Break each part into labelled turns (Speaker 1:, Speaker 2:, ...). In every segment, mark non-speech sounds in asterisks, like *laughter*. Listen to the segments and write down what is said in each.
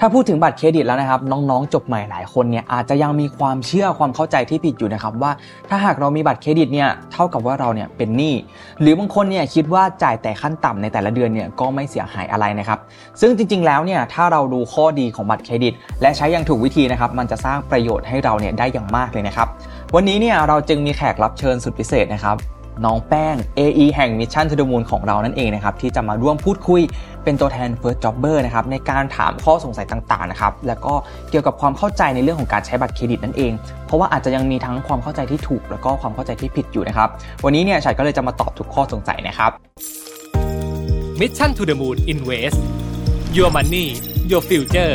Speaker 1: ถ้าพูดถึงบัตรเครดิตแล้วนะครับ น้องๆ จบใหม่หลายคนเนี่ยอาจจะยังมีความเชื่อความเข้าใจที่ผิดอยู่นะครับว่าถ้าหากเรามีบัตรเครดิตเนี่ยเท่ากับว่าเราเนี่ยเป็นหนี้หรือบางคนเนี่ยคิดว่าจ่ายแต่ขั้นต่ำในแต่ละเดือนเนี่ยก็ไม่เสียหายอะไรนะครับ ซึ่งจริงๆ แล้วเนี่ยถ้าเราดูข้อดีของบัตรเครดิต และใช้อย่างถูกวิธีนะครับ มันจะสร้างประโยชน์ให้เราเนี่ยได้อย่างมากเลยนะครับ วันนี้เนี่ยเราจึงมีแขกรับเชิญสุดพิเศษนะครับ น้องแป้ง AE แห่ง Mission to the Moon ของเรานั่นเองนะครับ ที่จะมาร่วมพูดคุยเป็นตัวแทน First Jobber นะครับ ในการถามข้อสงสัยต่างๆนะครับ แล้วก็เกี่ยวกับความเข้าใจในเรื่องของการใช้บัตรเครดิตนั่นเอง เพราะว่าอาจจะยังมีทั้งความเข้าใจที่ถูก แล้วก็ความเข้าใจที่ผิดอยู่นะครับ วันนี้เนี่ยฉัดก็เลยจะมาตอบทุกข้อสงสัยนะครับ
Speaker 2: Mission to the Moon Invest Your Money Your Future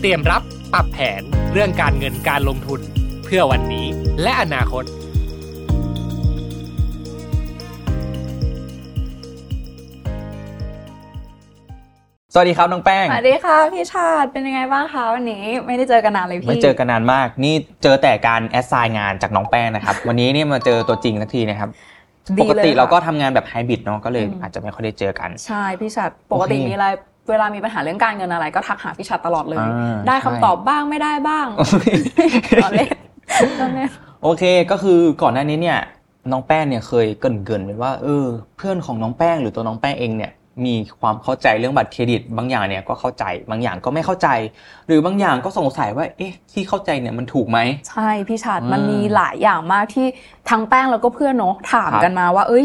Speaker 2: เตรียมรับปรับแผนเรื่องการเงินการลงทุน เพื่อวันนี้และอนาคต
Speaker 1: สวัสดีครับน้องแป้ง
Speaker 3: สวัสดีค่ะพี่ชาติเป็นยังไงบ้างคะวันนี้ไม่ได้เจอกันนานเลยพี่
Speaker 1: ไม่เจอกันนานมาก นี่เจอแต่การแอสไซน์งานจากน้องแป้งนะครับ วันนี้เนี่ยมาเจอตัวจริงสักทีนะครับ ป
Speaker 3: ดี
Speaker 1: ก
Speaker 3: ลย
Speaker 1: ติ
Speaker 3: ค่ะ
Speaker 1: เราก็ทำงานแบบไฮบริดเนาะ ก็เลย
Speaker 3: อืม
Speaker 1: อาจจะไม่ค่อยได้เจอกัน
Speaker 3: ใช่พี่ชัดปกติ
Speaker 1: โอเค
Speaker 3: มีอะไรเวลามีปัญหาเรื่องการเงินอะไร ก็ทักหาพี่ชัดตลอดเลย
Speaker 1: อ่า
Speaker 3: ได้คำ
Speaker 1: ใช่
Speaker 3: ตอบบ้างไม่ได้บ้างตอนเล่นตอนเล่น
Speaker 1: โอเค ก็คือก่อนหน้านี้เนี่ยน้องแป้งเนี่ยเคยเกรินเกินๆไว้ว่าเออเพื่อนของน้องแป้งหรือตัวน้องแป้งเองเนี่ยมีความเข้าใจเรื่องบัตรเครดิต บางอย่างเนี่ยก็เข้าใจ บางอย่างก็ไม่เข้าใจ หรือบางอย่างก็สงสัยว่าเอ๊ะที่เข้าใจเนี่ยมันถูกไหม
Speaker 3: ใช่พี่ชาติ
Speaker 1: อืม
Speaker 3: มันมีหลายอย่างมากที่ทั้งแป้งแล้วก็เพื่อนเนาะถาม
Speaker 1: ครับ
Speaker 3: กันมาว่า เอ้ย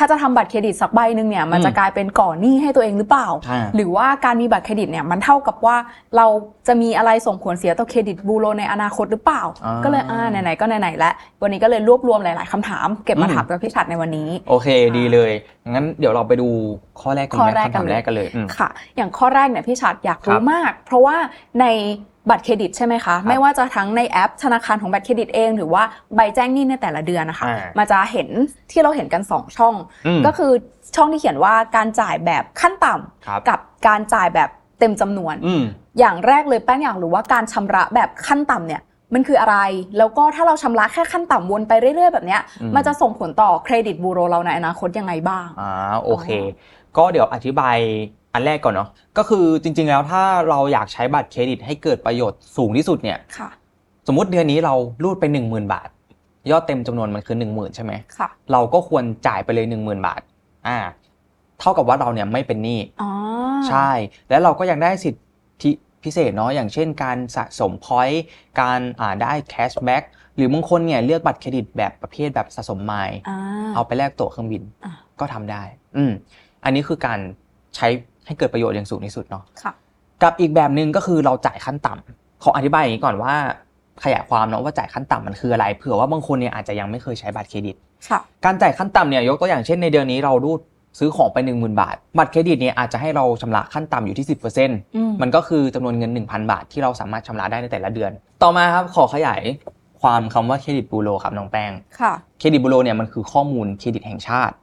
Speaker 3: ถ้าจะทำบัตรเครดิตสักใบหนึ่งเนี่ยมัน
Speaker 1: อืม
Speaker 3: จะกลายเป็นก่อหนี้ให้ตัวเองหรือเปล่า
Speaker 1: อ่า
Speaker 3: หรือว่าการมีบัตรเครดิตเนี่ยมันเท่ากับว่าเราจะมีอะไรส่งผลเสียต่อเครดิตบูโรในอนาคตหรือเปล่า
Speaker 1: อ่า
Speaker 3: ก็เลยอ่าไหนๆก็ไหนๆแล้ววันนี้ก็เลยรวบรวมหลาย ๆคำถาม เก็บมา
Speaker 1: อืม
Speaker 3: ถามกับพี่ชาติในวันนี้
Speaker 1: โอเคดีเลย งั้นเดี๋ยวเราไปดูข้อแรกกัน
Speaker 3: ข้อ
Speaker 1: ไหม
Speaker 3: แรก
Speaker 1: คำถาม
Speaker 3: กันเล
Speaker 1: แร
Speaker 3: ย
Speaker 1: กกันเลยอืม
Speaker 3: ค่ะ อย่างข้อแรกเนี่ยพี่ชัดอยาก
Speaker 1: ค
Speaker 3: รู้
Speaker 1: รับ
Speaker 3: มาก เพราะว่าในบัตรเครดิตใช่ไหมคะ ไม่ว่าจะทั้งในแอปธนาคารของบัตรเครดิตเอง หรือว่าใบแจ้งหนี้ในแต่ละเดือนนะคะ
Speaker 1: อ่ามั
Speaker 3: มันจะเห็นที่เราเห็นกัน 2 ช่อง
Speaker 1: อืม
Speaker 3: ก็คือช่องที่เขียนว่าการจ่ายแบบขั้นต่ำ
Speaker 1: ครับ
Speaker 3: กับการจ่ายแบบเต็มจำนวน
Speaker 1: อืม
Speaker 3: อย่างแรกเลยแป้งอยากรู้ว่าการชำระแบบขั้นต่ำเนี่ยมันคืออะไร แล้วก็ถ้าเราชำระแค่ขั้นต่ำวนไปเรื่อยๆ แบบเนี้ย
Speaker 1: อืม
Speaker 3: มันจะส่งผลต่อเครดิตบูโรเราในอนาคตยังไงบ้าง
Speaker 1: อ่าโอเค ก็เดี๋ยวอธิบายอันแรกก่อนเนาะก็คือจริงๆแล้วถ้าเราอยากใช้บัตรเครดิตให้เกิดประโยชน์สูงที่สุดเนี่ย
Speaker 3: ค่ะ
Speaker 1: สมมติเดือนนี้เรารูดไป 10,000 บาท ยอดเต็มจำนวนมันคือ 10,000 ใช่ไหม
Speaker 3: ค่ะ
Speaker 1: เราก็ควรจ่ายไปเลย 10,000 บาทอ่าเท่ากับว่าเราเนี่ยไม่เป็นหนี้
Speaker 3: อ๋อ
Speaker 1: ใช่ แล้วเราก็ยังได้สิทธิพิเศษเนาะอย่างเช่นการสะสมพอยต์การอ่าได้แคชแบ็กหรือบางคนเนี่ยเลือกบัตรเครดิตแบบประเภทแบบสะสมไมล์
Speaker 3: อ่า
Speaker 1: เอาไปแลกตั๋วเครื่องบิน
Speaker 3: อ่ะ
Speaker 1: ก็ทำได้ อืม อันนี้คือการใช้ให้เกิดประโยชน์อย่างสูงที่สุดเนาะ
Speaker 3: ค่ะ
Speaker 1: กับอีกแบบหนึ่งก็คือเราจ่ายขั้นต่ำขออธิบายอย่างนี้ก่อนว่า ขยายความเนาะว่าจ่ายขั้นต่ำมันคืออะไร เผื่อว่าบางคนเนี่ยอาจจะยังไม่เคยใช้บัตรเครดิต
Speaker 3: ค่ะ
Speaker 1: การจ่ายขั้นต่ำเนี่ยยกตัวอย่างเช่นในเดือนนี้เรารูดซื้อของไป 1 0,000 บาท บัตรเครดิตเนี่ยอาจจะให้เราชำระขั้นต่ำอยู่ที่ 10%
Speaker 3: อืม
Speaker 1: มันก็คือจำนวนเงิน 1,000 บาทที่เราสามารถชำระได้ในแต่ละเดือน ต่อมาครับขอขยายความคำว่าเครดิตบูโรครับน้องแป้ง
Speaker 3: ค่ะ
Speaker 1: เครดิตบูโรเนี่ยมันคือข้อมูลเครดิตแห่งชาติ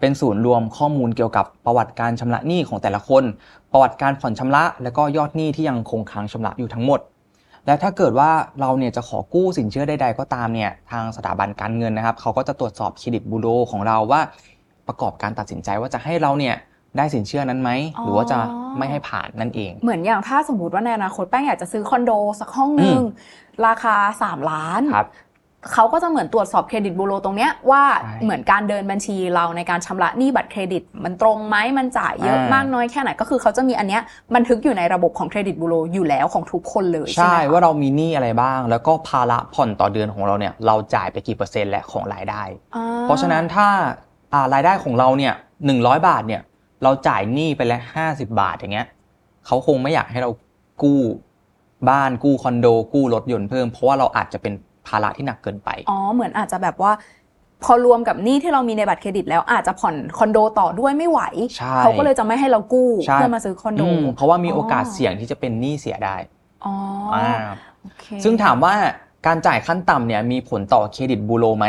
Speaker 1: เป็นศูนย์รวมข้อมูลเกี่ยวกับประวัติการชำระหนี้ของแต่ละคน ประวัติการผ่อนชำระ และก็ยอดหนี้ที่ยังคงค้างชำระอยู่ทั้งหมด และถ้าเกิดว่าเราเนี่ยจะขอกู้สินเชื่อใดๆก็ตามเนี่ยทางสถาบันการเงินนะครับ เขาก็จะตรวจสอบเครดิตบูโรของเราว่า ประกอบการตัดสินใจว่าจะให้เราเนี่ยได้สินเชื่อนั้นไหมหรือว่าจะไม่ให้ผ่านนั่นเอง
Speaker 3: เหมือนอย่างถ้าสมมติว่าในอนาคตแป้งอยากจะซื้อคอนโดสักห้องหนึ่
Speaker 1: อืม
Speaker 3: งราคา 3 ล้าน
Speaker 1: ครับ
Speaker 3: เขาก็จะเหมือนตรวจสอบเครดิตบูโรตรงเนี้ยว่า
Speaker 1: ใช่
Speaker 3: เหมือนการเดินบัญชีเราในการชำระหนี้บัตรเครดิต มันตรงไหมมันจ่ายเยอะ
Speaker 1: อ่าม
Speaker 3: มากน้อยแค่ไหนก็คือเขาจะมีอันเนี้ยบันทึกอยู่ในระบบของเครดิตบูโรอยู่แล้วของทุกคนเลยใช่
Speaker 1: ใช่
Speaker 3: ไหมคะ
Speaker 1: ว่าเรามีหนี้อะไรบ้าง แล้วก็ภาระผ่อนต่อเดือนของเราเนี่ยเราจ่ายไปกี่เปอร์เซ็นต์และของรายได้
Speaker 3: อ่
Speaker 1: เพราะฉะนั้นถ้าอ่ารายได้ของเราเนี่ยหนึ่งร้อยบาทเนี่ย เราจ่ายหนี้ไปแล้วห้าสิบาทอย่างเงี้ยเขาคงไม่อยากให้เรากู้บ้านกู้คอนโด กู้รถยนต์เพิ่ม เพราะว่าเราอาจจะเป็นภาระที่หนักเกินไป
Speaker 3: อ๋อ เหมือนอาจจะแบบว่า พอรวมกับหนี้ที่เรามีในบัตรเครดิตแล้วอาจจะผ่อนคอนโดต่อด้วยไม่ไหว
Speaker 1: ใช่
Speaker 3: เขาก็เลยจะไม่ให้เรากู้
Speaker 1: ใช่
Speaker 3: เพื่อมาซื้อคอนโด
Speaker 1: อืมเพราะว่ามี
Speaker 3: อ๋อ
Speaker 1: โอกาสเสี่ยงที่จะเป็นหนี้เสียได้
Speaker 3: อ๋ออา โอเค
Speaker 1: ซึ่งถามว่าการจ่ายขั้นต่ำเนี่ยมีผลต่อเครดิตบูโรไหม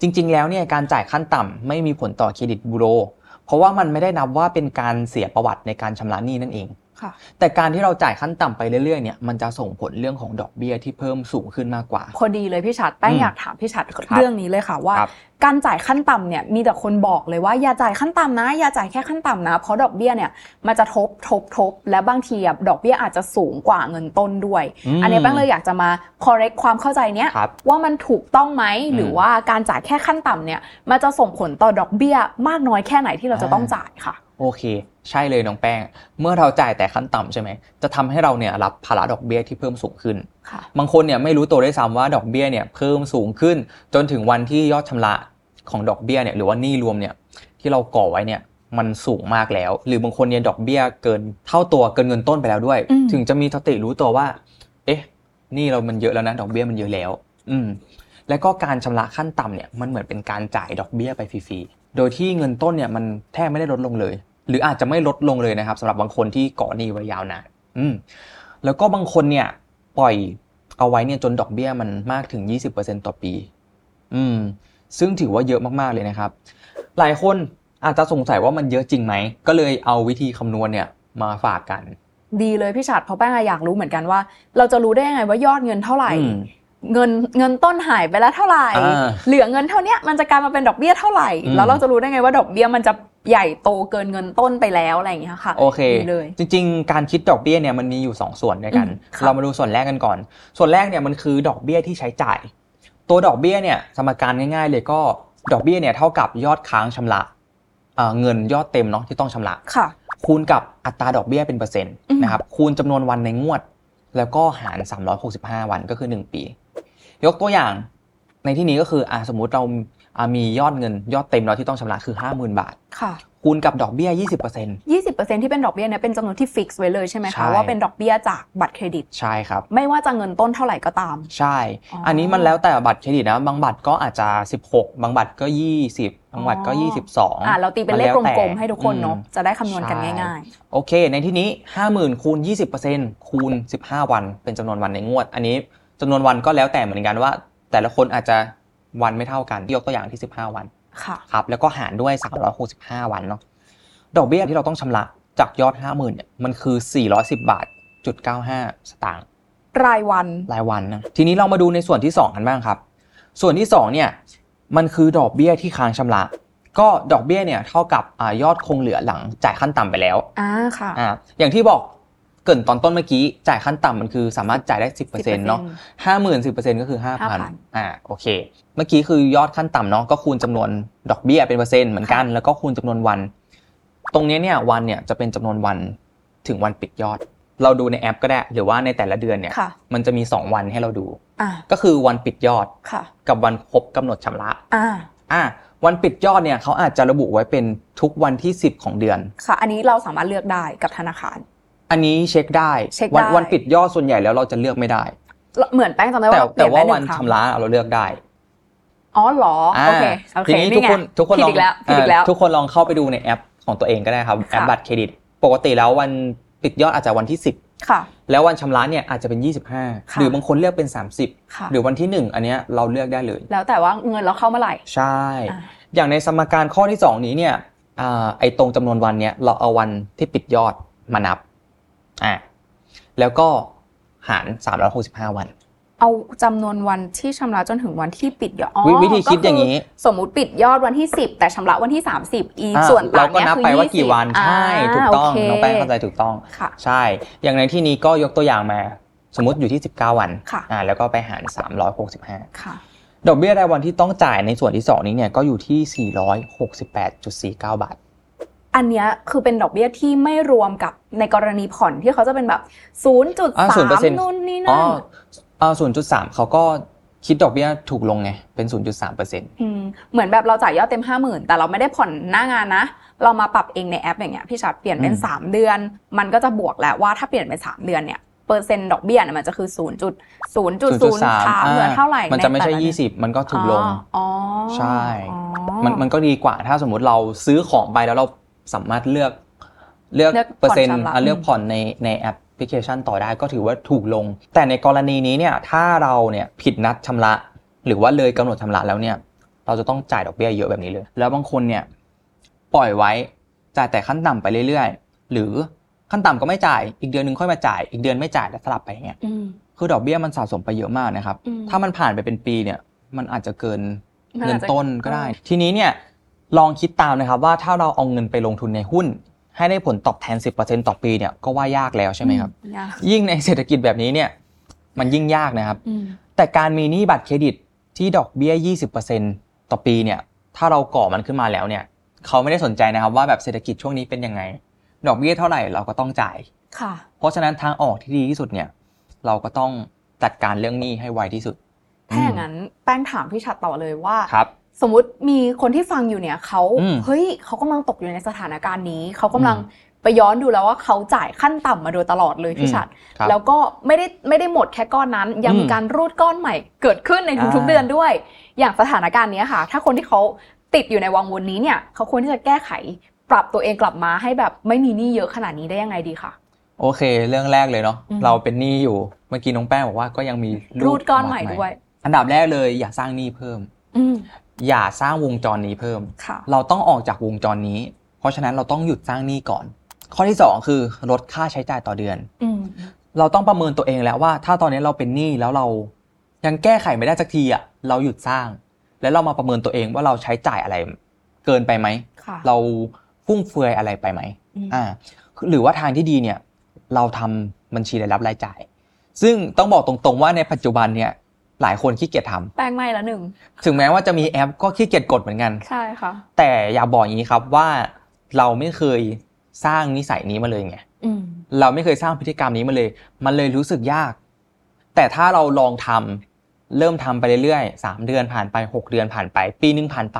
Speaker 1: จริง ๆ แล้วเนี่ยการจ่ายขั้นต่ำไม่มีผลต่อเครดิตบูโรเพราะว่ามันไม่ได้นับว่าเป็นการเสียประวัติในการชำระหนี้นั่นเอง
Speaker 3: ค่ะ
Speaker 1: แต่การที่เราจ่ายขั้นต่ำไปเรื่อยๆเนี่ยมันจะส่งผลเรื่องของดอกเบี้ยที่เพิ่มสูงขึ้นมากกว่า
Speaker 3: พอดีเลยพี่ชัดแป้ง
Speaker 1: อืม
Speaker 3: อยากถามพี่ชัดเรื่องนี้เลยค่ะว่า
Speaker 1: ครับ
Speaker 3: การจ่ายขั้นต่ำเนี่ยมีแต่คนบอกเลยว่าอย่าจ่ายขั้นต่ำนะ อย่าจ่ายแค่ขั้นต่ำนะ เพราะดอกเบี้ยเนี่ยมันจะทบทบทบและบางทีอะดอกเบี้ยอาจจะสูงกว่าเงินต้นด้วย
Speaker 1: อืม
Speaker 3: อันนี้แป้งเลยอยากจะมา correct ความเข้าใจเนี้ย
Speaker 1: ครับ
Speaker 3: ว่ามันถูกต้องไหม
Speaker 1: อืม
Speaker 3: หรือว่าการจ่ายแค่ขั้นต่ำเนี่ยมันจะส่งผลต่อดอกเบี้ยมากน้อยแค่ไหนที่เราจะต้องจ่ายค่ะ
Speaker 1: โอเค ใช่เลยน้องแป้ง เมื่อเราจ่ายแต่ขั้นต่ำใช่ไหมจะทำให้เราเนี่ยรับภาระดอกเบี้ยที่เพิ่มสูงขึ้น
Speaker 3: ค่ะ
Speaker 1: บางคนเนี่ยไม่รู้ตัวด้วยซ้ำว่าดอกเบี้ยเนี่ยเพิ่มสูงขึ้น จนถึงวันที่ยอดชำระของดอกเบี้ยเนี่ยหรือว่าหนี้รวมเนี่ยที่เราก่อไว้เนี่ยมันสูงมากแล้ว หรือบางคนเนี่ยดอกเบี้ยเกินเท่าตัวเกินเงินต้นไปแล้วด้วย
Speaker 3: อืม
Speaker 1: ถึงจะมีสติรู้ตัวว่า เอ๊ะหนี่เรามันเยอะแล้วนะดอกเบี้ยมันเยอะแล้ว อืม แล้วก็การชำระขั้นต่ำเนี่ยมันเหมือนเป็นการจ่ายดอกเบี้ยไปฟรีๆ โดยที่เงินต้นเนี่ยมันแทบไม่ได้ลดลงเลย หรืออาจจะไม่ลดลงเลยนะครับสำหรับบางคนที่ก่อหนี้ไว้ยาวนานอืมแล้วก็บางคนเนี่ยปล่อยเอาไว้เนี่ยจนดอกเบี้ยมันมากถึง 20%ต่อปี อืม ซึ่งถือว่าเยอะมากๆเลยนะครับ หลายคนอาจจะสงสัยว่ามันเยอะจริงไหม ก็เลยเอาวิธีคำนวณเนี่ยมาฝากกัน
Speaker 3: ดีเลยพี่ชัดเพราะแป้งอะอยากรู้เหมือนกันว่า เราจะรู้ได้ยังไงว่ายอดเงินเท่าไหร่
Speaker 1: อืม
Speaker 3: เงินเงินต้นหายไปแล้วเท่าไหร่
Speaker 1: อ่า
Speaker 3: เหลือเงินเท่าเนี้ยมันจะกลายมาเป็นดอกเบี้ยเท่าไหร่
Speaker 1: อืม
Speaker 3: แล้วเราจะรู้ได้ไงว่าดอกเบี้ยมันจะใหญ่โตเกินเงินต้นไปแล้วอะไรอย่างเงี้ยค่ะ
Speaker 1: โอเค
Speaker 3: ดีเลย
Speaker 1: จริงๆ การคิดดอกเบี้ยเนี่ยมันมีอยู่ 2 ส่วนด้วยกัน
Speaker 3: อืมค่ะ
Speaker 1: เรามาดูส่วนแรกกันก่อน ส่วนแรกเนี่ยมันคือดอกเบี้ยที่ใช้จ่าย ตัวดอกเบี้ยเนี่ยสมการง่ายๆ เลยก็ดอกเบี้ยเนี่ยเท่ากับยอดค้างชำระเอ่อเงินยอดเต็มเนาะที่ต้องชำระ
Speaker 3: ค่ะ
Speaker 1: คูณกับอัตราดอกเบี้ยเป็นเปอร์เซ็นต์
Speaker 3: อืม
Speaker 1: นะครับคูณจำนวนวันในงวด แล้วก็หาร 365 วันก็คือ 1 ปี ยกตัวอย่างในที่นี้ก็คืออ่ะสมมุติเราอ่ะมียอดเงินยอดเต็มเราที่ต้องชำระคือ 50,000 บาท
Speaker 3: ค่ะ
Speaker 1: คูณกับดอกเบี้ย 20%
Speaker 3: 20%ที่เป็นดอกเบี้ยเนี่ยเป็นจำนวนที่ฟิกซ์ไว้เลยใช่ไหม
Speaker 1: ใช่
Speaker 3: คะว่าเป็นดอกเบี้ยจากบัตรเครดิต
Speaker 1: ใช่ครับ
Speaker 3: ไม่ว่าจะเงินต้นเท่าไหร่ก็ตาม
Speaker 1: ใช่
Speaker 3: อ๋ออั
Speaker 1: อันนี้มันแล้วแต่บัตรเครดิตนะ บางบัตรก็อาจจะ 16 บางบัตรก็ 20 บางบัตรก็
Speaker 3: อ๋อ
Speaker 1: 22
Speaker 3: อ่าเราตีเป็นเลข
Speaker 1: แว
Speaker 3: ก
Speaker 1: แต่
Speaker 3: ลมๆให้ทุกคนเนาะ
Speaker 1: อืม
Speaker 3: จะได้คำนวณกัน
Speaker 1: ใช่
Speaker 3: ง่าย
Speaker 1: โอเค ในที่นี้ 50,000คูณ20%คูณ 15 วัน เป็นจำนวนวันในงวด อันนี้จำนวนวันก็แล้วแต่เหมือนกันว่า แต่ละคนอาจจะวันไม่เท่ากันยกตัวอย่างที่ 15 วัน
Speaker 3: ๆค่ะ
Speaker 1: ครับ แล้วก็หารด้วย 365 วันเนาะ ดอกเบี้ยที่เราต้องชำระจากยอด 50,000เนี่ย มันคือ 410 บาทจุด95 สตางค์
Speaker 3: รายวัน
Speaker 1: รายวันนะทีนี้เรามาดูในส่วนที่ 2 กันบ้างครับ ส่วนที่ 2 เนี่ยมันคือดอกเบี้ยที่ค้างชำระ ก็ดอกเบี้ยเนี่ยเท่ากับอายอดคงเหลือหลังจ่ายขั้นต่ำไปแล้ว
Speaker 3: อ่าค่ะ
Speaker 1: อ่าอย่างที่บอกเกรินตอนต้นเมื่อกี้จ่ายขั้นต่ำมันคือสามารถจ่ายได้ 10%เนาะ
Speaker 3: 10%
Speaker 1: ห้าหมื่นสิบเปอร์เซ็นต์ก็คือห้าพัน
Speaker 3: 5,000
Speaker 1: อ่าโอเค เมื่อกี้คือยอดขั้นต่ำเนาะก็คูณจำนวนดอกเบี้ยเป็นเปอร์เซ็นต์เหมือนกันแล้วก็คูณจำนวนวัน ตรงเนี้ยเนี่ยวันเนี่ยจะเป็นจำนวนวันถึงวันปิดยอด เราดูในแอปก็ได้หรือว่าในแต่ละเดือนเนี่ย
Speaker 3: ค่ะ
Speaker 1: มันจะมี 2 วันให้เราดู
Speaker 3: อ่า
Speaker 1: ก็คือวันปิดยอด
Speaker 3: ค่ะ
Speaker 1: กับวันครบกำหนดชำระ
Speaker 3: อ่า
Speaker 1: อ่ะวันปิดยอดเนี่ยเขาอาจจะระบุไว้เป็นทุกวันที่ 10 ของเดือน
Speaker 3: ค่ะ อันนี้เราสามารถเลือกได้กับธนาคาร
Speaker 1: อันนี้เช็คได้
Speaker 3: เช็คได้
Speaker 1: วัวันปิดยอดส่วนใหญ่แล้วเราจะเลือกไม่ได้
Speaker 3: เหมือนแป้งจำได้
Speaker 1: แต่
Speaker 3: ว่าเป
Speaker 1: แต่
Speaker 3: ลี่
Speaker 1: ว่า
Speaker 3: ยนได้ห
Speaker 1: วัน
Speaker 3: นึ่งครั้
Speaker 1: ชำ
Speaker 3: ง
Speaker 1: ระเราเลือกได้
Speaker 3: อ๋อเหรอ
Speaker 1: อ่า
Speaker 3: โอเคโอเค
Speaker 1: ทีนี้ทุก
Speaker 3: ไง
Speaker 1: คนทุกคนล
Speaker 3: ผิด
Speaker 1: อง
Speaker 3: อีกแล้วผิดอีกแล้ว
Speaker 1: เทุกคนลองเข้าไปดูในแอปของตัวเองก็ได้ครับแอป
Speaker 3: ค่ะ
Speaker 1: บัตรเครดิต ปกติแล้ววันปิดยอดอาจจะวันที่ 10
Speaker 3: ค่ะ
Speaker 1: แล้ววันชำระเนี่ยอาจจะเป็น 25
Speaker 3: ค่ะ
Speaker 1: หรือบางคนเลือกเป็น 30
Speaker 3: ค่ะ
Speaker 1: หรือวันที่ 1 อันเนี้ยเราเลือกได้เลย
Speaker 3: แล้วแต่ว่าเงินเราเข้าเมื่อไหร่
Speaker 1: ใช่
Speaker 3: อ่า
Speaker 1: อย่างในสมการข้อที่ 2 นี้เนี่ยอาไอตรงจำนวนวันเนี่ยเราเอาวันที่ปิดยอดมานับ อ่ะ แล้วก็หาร 365 วัน
Speaker 3: เอาจำนวนวันที่ชำระจนถึงวันที่ปิดยอดอ๋อ
Speaker 1: วิวิธีคิดอย่างนี้
Speaker 3: นี้ สมมุติปิดยอดวันที่ 10 แต่ชำระวันที่ 30 อีก
Speaker 1: อ่า
Speaker 3: ส่วนต่า
Speaker 1: เรา
Speaker 3: ง
Speaker 1: ก็
Speaker 3: เนี้ย
Speaker 1: นับ
Speaker 3: คือ
Speaker 1: ไปว่ากี่วัน
Speaker 3: 20
Speaker 1: ใช่ ถูกต้อง
Speaker 3: าโเค
Speaker 1: น้องแป้งเข้าใจถูกต้อง
Speaker 3: ค่ะ
Speaker 1: ใช่ อย่างในที่นี้ก็ยกตัวอย่างมา สมมติอยู่ที่ 19 วัน
Speaker 3: ค่ะ
Speaker 1: อ่าแล้วก็ไปหาร
Speaker 3: ค่ะ
Speaker 1: 365 ดอกเบี้ยรายวันที่ต้องจ่ายในส่วนที่ 2 นี้เนี่ยก็อยู่ที่ 468.49 บาท
Speaker 3: อันเนี้ยคือเป็นดอกเบี้ยที่ไม่รวมกับในกรณีผ่อนที่เขาจะเป็นแบบ
Speaker 1: อ่า0%
Speaker 3: 0.3นู่นนี่
Speaker 1: อ๋อ
Speaker 3: นั่น
Speaker 1: เอาศูนย์จุดสามเขาก็คิดดอกเบี้ยถูกลงไง เป็นศูนย์จุดสามเปอร์เซ็นต์
Speaker 3: มเหมือนแบบเราจ่ายยอดเต็ม 50,000 แต่เราไม่ได้ผ่อนหน้างานนะ เรามาปรับเองในแอปอย่างเงี้ยพี่ชัดเปลี่ยนเป็น 3 เดือน มันก็จะบวกแหละว่าถ้าเปลี่ยนเป็น 3 เดือนเนี่ยเปอร์เซ็นต์ดอกเบี้ยเนี่ยมันจะคือ 0 0 0 3เหมือนเท่าไหร่
Speaker 1: มันจะไม่ใช่
Speaker 3: แต่ลเดือ
Speaker 1: ยี่สิบมันก็ถูกลง
Speaker 3: อ๋อ
Speaker 1: ใช่
Speaker 3: อ๋อ
Speaker 1: มันมันก็ดีกว่าถ้าสมมติเราซื้อของไปแล้วเราสามารถเลือก เลือก
Speaker 3: เลือก
Speaker 1: เปอร์เซ็นต์
Speaker 3: ผ่อนชำระ
Speaker 1: อ่ะเลือก
Speaker 3: อืม
Speaker 1: ผ่อนในในแอปพลิเคชันต่อได้ก็ถือว่าถูกลง แต่ในกรณีนี้เนี่ยถ้าเราเนี่ยผิดนัดชำระ หรือว่าเลยกำหนดชำระแล้วเนี่ย เราจะต้องจ่ายดอกเบี้ยเยอะแบบนี้เลย แล้วบางคนเนี่ยปล่อยไว้จ่ายแต่ขั้นต่ำไปเรื่อยๆ หรือ ขั้นต่ำก็ไม่จ่ายอีกเดือนหนึ่งค่อยมาจ่ายอีกเดือนไม่จ่ายแล้วสลับไปอย่างเงี้ย
Speaker 3: อืม
Speaker 1: คือดอกเบี้ยมันสะสมไปเยอะมากนะครับ
Speaker 3: อืม
Speaker 1: ถ้ามันผ่านไปเป็นปีเนี่ยมันอาจจะเกินเงิน
Speaker 3: อาจจะ
Speaker 1: ต้นก็ได้ ทีนี้เนี่ยลองคิดตามนะครับว่าถ้าเราเอาเงินไปลงทุนในหุ้น ให้ได้ผลตอบแทน 10%ต่อปีเนี่ยก็ว่ายากแล้วใช่ไหมครับ
Speaker 3: อืยาก
Speaker 1: ยิ่งในเศรษฐกิจแบบนี้เนี่ยมันยิ่งยากนะครับ
Speaker 3: อืม
Speaker 1: แต่การมีหนี้บัตรเครดิตที่ดอกเบี้ย 20%ต่อปีเนี่ยถ้าเราก่อมันขึ้นมาแล้วเนี่ยเขาไม่ได้สนใจนะครับว่าแบบเศรษฐกิจช่วงนี้เป็นยังไง ดอกเบี้ยเท่าไหร่เราก็ต้องจ่าย
Speaker 3: ค่ะ
Speaker 1: เพราะฉะนั้นทางออกที่ดีที่สุดเนี่ยเราก็ต้องจัดการเรื่องหนี้ให้ไวที่สุด
Speaker 3: ถ้าอย่างนั้นแป้งถามพี่ชัดต่อเลยว่า
Speaker 1: ครับ
Speaker 3: สมมติมีคนที่ฟังอยู่เนี่ยเขา
Speaker 1: อืม
Speaker 3: เฮ้ยเขากำลังตกอยู่ในสถานการณ์นี้ เขากำลังไปย้อนดูแล้วว่าเขาจ่ายขั้นต่ำมาโดยตลอดเลยพี่
Speaker 1: อืม
Speaker 3: ชัด
Speaker 1: ครับ
Speaker 3: แล้วก็ไม่ได้ไม่ได้หมดแค่ก้อนนั้น ยังมี
Speaker 1: อืม
Speaker 3: การรูดก้อนใหม่เกิดขึ้นในทุก
Speaker 1: อ่า
Speaker 3: ๆเดือนด้วย อย่างสถานการณ์เนี้ยค่ะ ถ้าคนที่เขาติดอยู่ในวังวนนี้เนี่ยเขาควรที่จะแก้ไข ปรับตัวเองกลับมาให้แบบไม่มีหนี้เยอะขนาดนี้ได้ยังไงดีคะ
Speaker 1: โอเค เรื่องแรกเลยเนาะ
Speaker 3: อืม
Speaker 1: เราเป็นหนี้อยู่เมื่อกี้น้องแป้งบอกว่าก็ยังมี
Speaker 3: รูดก้อนใหม่ด้วย
Speaker 1: อันดับแรกเลยอย่าสร้างหนี้เพิ่ม
Speaker 3: อืม
Speaker 1: อย่าสร้างวงจรนี้เพิ่ม
Speaker 3: ค่ะ
Speaker 1: เราต้องออกจากวงจรนี้ เพราะฉะนั้นเราต้องหยุดสร้างหนี้ก่อน ข้อที่ 2 คือลดค่าใช้จ่ายต่อเดือน
Speaker 3: อืม
Speaker 1: เราต้องประเมินตัวเองแล้วว่า ถ้าตอนนี้เราเป็นหนี้แล้วเรายังแก้ไขไม่ได้สักทีอ่ะเราหยุดสร้าง แล้วเรามาประเมินตัวเองว่าเราใช้จ่ายอะไรเกินไปไหม
Speaker 3: ค่ะ
Speaker 1: เราฟุ่มเฟือยอะไรไปไหม
Speaker 3: อืม
Speaker 1: อ่าหรือว่าทางที่ดีเนี่ยเราทำบัญชีรายรับรายจ่าย ซึ่งต้องบอกตรงๆว่าในปัจจุบันเนี่ยหลายคนขี้เกียจทำ
Speaker 3: แป้งไหม้ละหนึ่ง
Speaker 1: ถึงแม้ว่าจะมีแอปก็ขี้เกียจกดเหมือนกัน
Speaker 3: ใช่ค่ะ
Speaker 1: แต่อย่าบอกอย่างนี้ครับว่าเราไม่เคยสร้างนิสัยนี้มาเลยไง
Speaker 3: อืม
Speaker 1: เราไม่เคยสร้างพฤติกรรมนี้มาเลย มันเลยรู้สึกยาก แต่ถ้าเราลองทำเริ่มทำไปเรื่อยๆสามเดือนผ่านไปหกเดือนผ่านไป ปีหนึงผ่านไป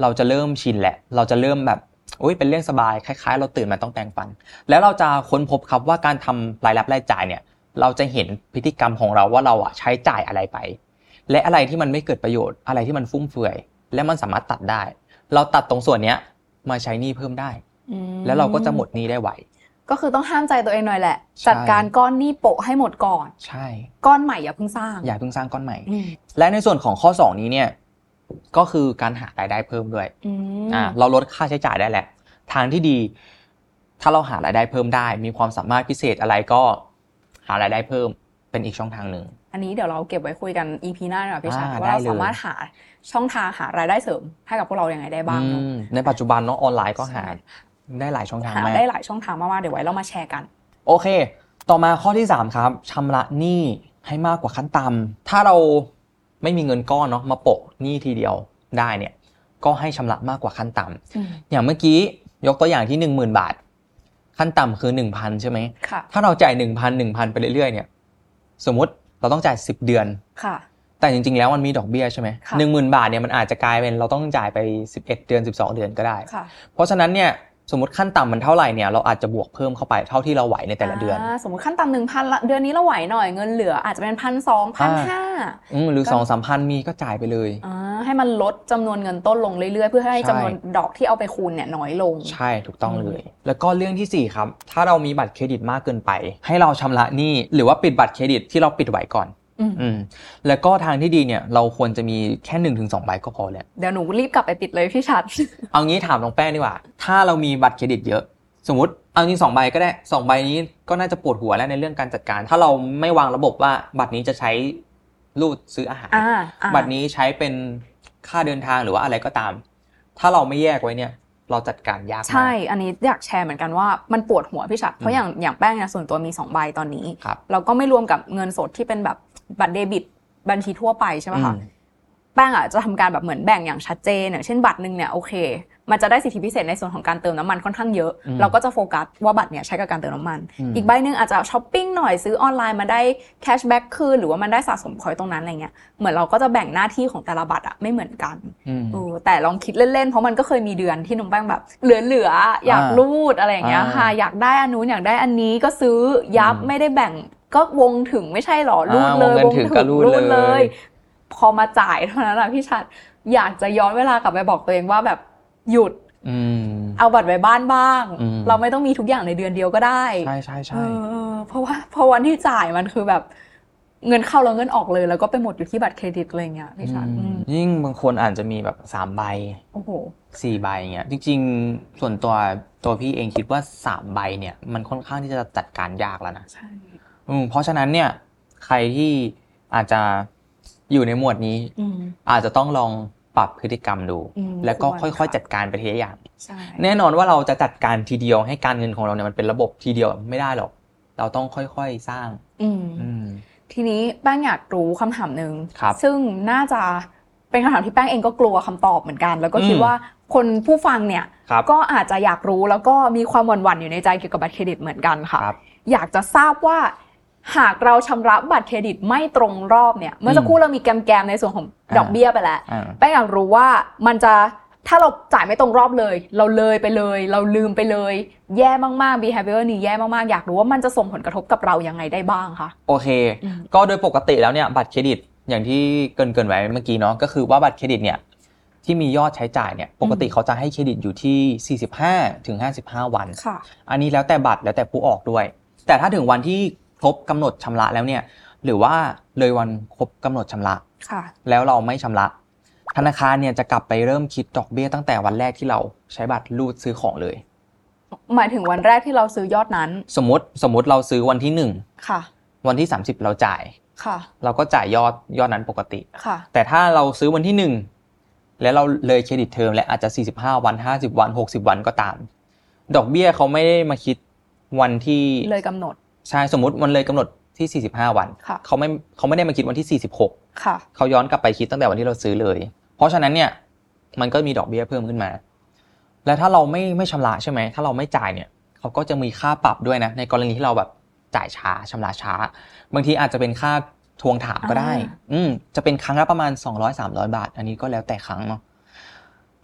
Speaker 1: เราจะเริ่มชินแหละ เราจะเริ่มแบบโอ้ยเป็นเรื่องสบายคล้าย ๆ เราตื่นมาต้องแปรงฟัน แล้วเราจะค้นพบครับว่าการทำรายรับรายจ่ายเนี่ย เราจะเห็นพฤติกรรมของเราว่าเราอะใช้จ่ายอะไรไป และอะไรที่มันไม่เกิดประโยชน์อะไรที่มันฟุ่มเฟือย และมันสามารถตัดได้ เราตัดตรงส่วนเนี้ยมาใช้หนี้เพิ่มได้
Speaker 3: อืม
Speaker 1: แล้วเราก็จะหมดหนี้ได้ไว
Speaker 3: ก็คือต้องห้ามใจตัวเองหน่อยแหละ
Speaker 1: ใช่
Speaker 3: จัดการก้อนหนี้โปะให้หมดก่อน
Speaker 1: ใช่
Speaker 3: ก้อนใหม่อย่าเพิ่งสร้าง
Speaker 1: อย่าเพิ่งสร้างก้อนใหม่
Speaker 3: อืม
Speaker 1: และในส่วนของข้อ 2 นี้เนี่ยก็คือการหารายได้เพิ่มด้วย
Speaker 3: อืม
Speaker 1: อ่าเราลดค่าใช้จ่ายได้แหละ ทางที่ดี ถ้าเราหารายได้เพิ่มได้ มีความสามารถพิเศษอะไรก็หารายได้เพิ่มเป็นอีกช่องทางหนึ่ง
Speaker 3: อันนี้เดี๋ยวเราเก็บไว้คุยกัน EP หน้าดีกว่าพี่ชา
Speaker 1: อ่า
Speaker 3: ว่าเรา
Speaker 1: ได้เลย
Speaker 3: สามารถหาช่องทางหารายได้เสริม ให้กับพวกเราอย่างไรได้บ้างเน
Speaker 1: อื
Speaker 3: อะ
Speaker 1: มในปัจจุบันเนาะออนไลน์ก็หา
Speaker 3: ใช่
Speaker 1: ได้หลายช่องทา
Speaker 3: หาม
Speaker 1: งาก
Speaker 3: ได้หลายช่องทางมากๆเดี๋ยวไว้เรามาแชร์กัน
Speaker 1: โอเค ต่อมาข้อที่ 3 ครับชำระหนี้ให้มากกว่าขั้นต่ำถ้าเราไม่มีเงินก้อนเนาะมาโปะหนี้ทีเดียวได้เนี่ย ก็ให้ชำระมากกว่าขั้นต่ำอย่างเมื่อกี้ยกตัวอย่างที่ 10,000 บาท ขั้นต่ำคือ 1,000 ใช่ไหม
Speaker 3: ค่ะ
Speaker 1: ถ้าเราจ่าย 1,000 1,000 ไปเรื่อยๆเนี่ย สมมติเราต้องจ่าย 10 เดือน
Speaker 3: ค่ะ
Speaker 1: แต่จริงๆ แล้วมันมีดอกเบี้ยใช่ไหม
Speaker 3: ค่ะ
Speaker 1: หนึ่งหมื่นบาทเนี่ยมันอาจจะกลายเป็นเราต้องจ่ายไป 11 เดือน 12 เดือนก็ได้
Speaker 3: ค่ะ
Speaker 1: เพราะฉะนั้นเนี่ยสมมติขั้นต่ำมันเท่าไหร่เนี่ยเราอาจจะบวกเพิ่มเข้าไปเท่าที่เราไหวในแต่ละเดือน
Speaker 3: าสมมติขั้นต่ำหนึ่งพันละเดือนนี้เราไหวหน่อยเงินเหลืออาจจะเป็นพันสองพันห้า
Speaker 1: อืมหรือ
Speaker 3: ก็
Speaker 1: สองสามพันมีก็จ่ายไปเลย
Speaker 3: อ่าให้มันลดจำนวนเงินต้นลงเรื่อยๆ เพื่อให้
Speaker 1: ใช่
Speaker 3: จำนวนดอกที่เอาไปคูณเนี่ยน้อยลง
Speaker 1: ใช่ถูกต้อง
Speaker 3: อืม
Speaker 1: เลย แล้วก็เรื่องทีสี่4 ครับ ถ้าเรามีบัตรเครดิตมากเกินไป ให้เราชำระหนี้หรือว่าปิดบัตรเครดิตที่เราปิดไว้ก่อน
Speaker 3: อืม
Speaker 1: อืมแล้วก็ทางที่ดีเนี่ยเราควรจะมีแค่1นถึงสใบก็พอแล้ว
Speaker 3: เดี๋ยวหนูรีบกลับไปปิดเลยพี่ชัด
Speaker 1: เอางี้ถามน้องแป้งดีกว่า ถ้าเรามีบัตรเครดิตเยอะ สมมติเอาจริงสองใบก็ได้สองใบนี้ก็น่าจะปวดหัวแล้วในเรื่องการจัดการ ถ้าเราไม่วางระบบว่าบัตรนี้จะใช้รูดซื้ออาหาร
Speaker 3: อ่าอ่า
Speaker 1: บัตรนี้ใช้เป็นค่าเดินทางหรือว่าอะไรก็ตาม ถ้าเราไม่แยกไว้เนี่ย เราจัดการยากมาก
Speaker 3: ใช่ อันนี้อยากแชร์เหมือนกันว่ามันปวดหัวพี่ชัด เพราะ
Speaker 1: อืม
Speaker 3: อย่างอย่างแป้งเนี่ยส่วนตัวมี 2 ใบตอนนี้
Speaker 1: ครับ
Speaker 3: เราก็ไม่รวมกับเงินสดที่เป็นแบบบัตรเดบิตบัญชีทั่วไปใช่ไหมคะ
Speaker 1: อืม
Speaker 3: แป้งอ่ะจะทำการแบบเหมือนแบ่งอย่างชัดเจนอย่างเช่นบัตรหนึ่งเนี่ยโอเค มันจะได้สิทธิพิเศษในส่วนของการเติมน้ำมันค่อนข้างเยอะ
Speaker 1: อืม
Speaker 3: เราก็จะโฟกัสว่าบัตรเนี่ยใช้กับการเติมน้ำมัน
Speaker 1: อืม
Speaker 3: อีกใบหนึ่งอาจจะช้อปปิ้งหน่อยซื้อออนไลน์มาได้แคชแบ็กคืนหรือว่ามันได้สะสมพอยต์ตรงนั้นอะไรเงี้ยเหมือนเราก็จะแบ่งหน้าที่ของแต่ละบัตรอ่ะไม่เหมือนกัน
Speaker 1: อืม
Speaker 3: เออแต่ลองคิดเล่น ๆ เพราะมันก็เคยมีเดือนที่น้องแป้งแบบเหลือๆอยาก
Speaker 1: อ่า
Speaker 3: รูดอะไรอย่างเงี้ยค่ะ อยากได้อันนู้นอยากได้อันนี้ก็ซื้อยับ
Speaker 1: อืม
Speaker 3: ไม่ได้แบ่งก็วงถึงไม่ใช่หรอรูด
Speaker 1: อ่า
Speaker 3: เลยว
Speaker 1: งเงินถึงก็รูดเลย
Speaker 3: พอมาจ่ายเท่านั้นแหละพี่ชัดอยากจะย้อนเวลากลับไปบอกตัวเองว่าแบบหยุด
Speaker 1: อืม
Speaker 3: เอาบัตรไว้บ้านบ้าง
Speaker 1: อืม
Speaker 3: เราไม่ต้องมีทุกอย่างในเดือนเดียวก็ได้
Speaker 1: ใช่ใช่
Speaker 3: เอ
Speaker 1: ใช่
Speaker 3: อเพราะว่าเพราะวันที่จ่ายมันคือแบบเงินเข้าแล้วเงินออกเลย แล้วก็ไปหมดอยู่ที่บัตรเครดิตอะไรอย่างเงี้ยพี่ชัด
Speaker 1: อื
Speaker 3: อื
Speaker 1: ม
Speaker 3: ม
Speaker 1: ยิ่งบางคนอาจจะมีแบบสามใบ
Speaker 3: โอ้โห
Speaker 1: สี่ใบเงี้ยจริงๆ ส่วนตัวตัวพี่เองคิดว่าสามใบเนี่ยมันค่อนข้างที่จะจัดการยากแล้วนะ
Speaker 3: ใช่
Speaker 1: อืมเพราะฉะนั้นเนี่ยใครที่อาจจะอยู่ในหมวดนี้
Speaker 3: อืม
Speaker 1: อาจจะต้องลองปรับพฤติกรรมดู
Speaker 3: อืม
Speaker 1: แล้วก็
Speaker 3: ว
Speaker 1: ค่อยๆ จัดการไปทีละอย่าง
Speaker 3: ใช่
Speaker 1: แน่นอนว่าเราจะจัดการทีเดียวให้การเงินของเราเนี่ยมันเป็นระบบทีเดียวไม่ได้หรอก เราต้องค่อยๆสร้าง
Speaker 3: อืม
Speaker 1: อืม
Speaker 3: ทีนี้แป้งอยากรู้คำถามหนึ่ง
Speaker 1: ครับ
Speaker 3: ซึ่งน่าจะเป็นคำถามที่แป้งเองก็กลัวคำตอบเหมือนกัน แล้วก็คิดว่าคนผู้ฟังเนี่ย
Speaker 1: ครับ
Speaker 3: ก็อาจจะอยากรู้แล้วก็มีความหวั่นๆอยู่ในใจเกี่ยวกับบัตรเครดิตเหมือนกันค่ะ
Speaker 1: ครับ
Speaker 3: อยากจะทราบว่าหากเราชำระบัตรเครดิตไม่ตรงรอบเนี่ย เมื่อสักครู่เรามีแกมๆในส่วนของ
Speaker 1: อ่า
Speaker 3: ดอกเบี้ยไปแล้ว
Speaker 1: อ่า
Speaker 3: แป้งอยากรู้ว่ามันจะถ้าเราจ่ายไม่ตรงรอบเลย เราเลยไปเลย เราลืมไปเลย แย่มากๆ behavior นี้แย่มากๆ อยากรู้ว่ามันจะส่งผลกระทบกับเรายังไงได้บ้างคะ
Speaker 1: โอเค
Speaker 3: อืม
Speaker 1: ก็โดยปกติแล้วเนี่ยบัตรเครดิตอย่างที่เกรินเกินๆไว้เมื่อกี้เนาะก็คือว่าบัตรเครดิตเนี่ยที่มียอดใช้จ่ายเนี่ยปกติเขาจะให้เครดิตอยู่ที่ 45ถึง55 วัน
Speaker 3: ค่ะ
Speaker 1: อันนี้แล้วแต่บัตรแล้วแต่ผู้ออกด้วย แต่ถ้าถึงวันที่ครบกำหนดชำระแล้วเนี่ยหรือว่าเลยวันครบกำหนดชำระ
Speaker 3: ค่ะ
Speaker 1: แล้วเราไม่ชำระ ธนาคารเนี่ยจะกลับไปเริ่มคิดดอกเบี้ยตั้งแต่วันแรกที่เราใช้บัตรรูดซื้อของเลย
Speaker 3: หมายถึงวันแรกที่เราซื้อยอดนั้น
Speaker 1: สมมติสมมติเราซื้อวันที่หนึ่ง
Speaker 3: ค่ะ
Speaker 1: วันที่ 30 เราจ่าย
Speaker 3: ค่ะ
Speaker 1: เราก็จ่ายยอดยอดนั้นปกติ
Speaker 3: ค่ะ
Speaker 1: แต่ถ้าเราซื้อวันที่หนึ่งแล้วเราเลยเครดิตเทอมและอาจจะ 45 วัน 50 วัน 60 วันก็ตาม ดอกเบี้ยเขาไม่ได้มาคิดวันที่
Speaker 3: เลยกำหนด
Speaker 1: ใช่สมมติมันเลยกำหนดที่ 45 วัน
Speaker 3: ค่ะ
Speaker 1: เขาไม่เขาไม่ได้มาคิดวันที่ 46
Speaker 3: ค่ะ
Speaker 1: เขาย้อนกลับไปคิดตั้งแต่วันที่เราซื้อเลย เพราะฉะนั้นเนี่ยมันก็มีดอกเบี้ยเพิ่มขึ้นมา และถ้าเราไม่ไม่ชำระใช่ไหมถ้าเราไม่จ่ายเนี่ยเขาก็จะมีค่าปรับด้วยนะ ในกรณีที่เราแบบจ่ายช้าชำระช้า บางทีอาจจะเป็นค่าทวงถามก็ได้
Speaker 3: อ่า
Speaker 1: อืมจะเป็นครั้งละประมาณ 200 300 บาท อันนี้ก็แล้วแต่ครั้งเนาะ